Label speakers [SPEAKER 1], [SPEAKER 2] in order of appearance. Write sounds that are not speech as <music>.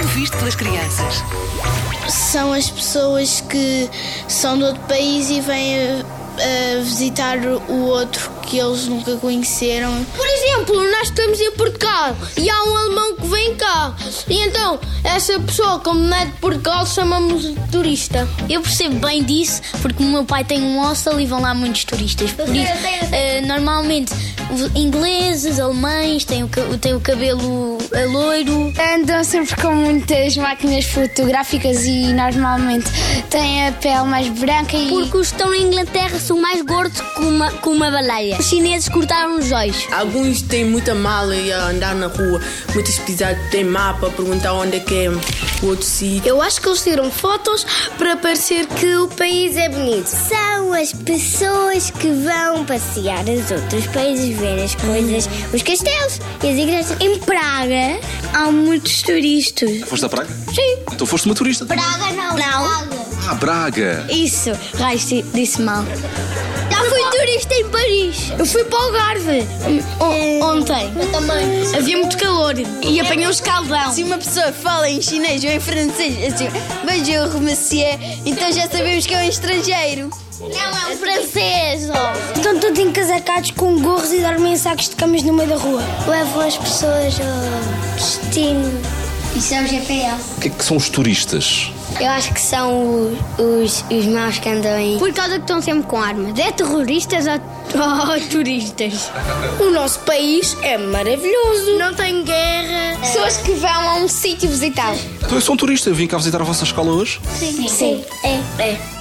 [SPEAKER 1] é
[SPEAKER 2] visto pelas crianças.
[SPEAKER 3] São as pessoas que são de outro país e vêm a visitar o outro que eles nunca conheceram.
[SPEAKER 1] Por exemplo, nós estamos em Portugal e há um alemão que vem cá. E então, essa pessoa, como não é de Portugal, chamamos de turista.
[SPEAKER 4] Eu percebo bem disso porque o meu pai tem um hostel e vão lá muitos turistas. Por isso, eh, normalmente, ingleses, alemães, têm o, ca- têm o cabelo eh, loiro.
[SPEAKER 5] Andam sempre com muitas máquinas fotográficas e normalmente têm a pele mais branca e.
[SPEAKER 4] Porque os que estão na Inglaterra são mais gordos que uma, que uma baleia. Os chineses cortaram os olhos.
[SPEAKER 6] Alguns têm muita mala e a andar na rua, muitos pisados têm mapa, perguntar onde é que é o outro sítio.
[SPEAKER 1] Eu acho que eles tiram fotos para parecer que o país é bonito.
[SPEAKER 7] São as pessoas que vão passear os outros países, ver as coisas,
[SPEAKER 1] Hum.
[SPEAKER 7] os castelos e as igrejas. Em Praga há muitos turistas.
[SPEAKER 8] Foste a Praga? Sim. Então foste uma turista?
[SPEAKER 7] Praga não. Não.
[SPEAKER 8] Ah, Braga.
[SPEAKER 4] Isso, Raiz disse mal.
[SPEAKER 1] Já fui turista em Paris. Eu fui para o Algarve o- ontem. Eu também. Havia muito calor e apanhei um escaldão.
[SPEAKER 9] Se uma pessoa fala em chinês ou em francês, assim, bonjour, monsieur, então já sabemos que é um estrangeiro.
[SPEAKER 1] Não, é um francês.
[SPEAKER 7] Estão todos encasacados com gorros e dormem em sacos de camas no meio da rua. Levam as pessoas ao destino. Isso é o GPS.
[SPEAKER 8] O que é que são os turistas?
[SPEAKER 7] Eu acho que são os, os maus que andam aí.
[SPEAKER 1] Por causa que estão sempre com armas. É terroristas ou, <laughs> Oh, turistas? O nosso país é maravilhoso. Não tem guerra. Pessoas que vão a um sítio visitar.
[SPEAKER 8] Então eu sou um turista, eu vim cá visitar a vossa escola hoje.
[SPEAKER 7] Sim. É. É.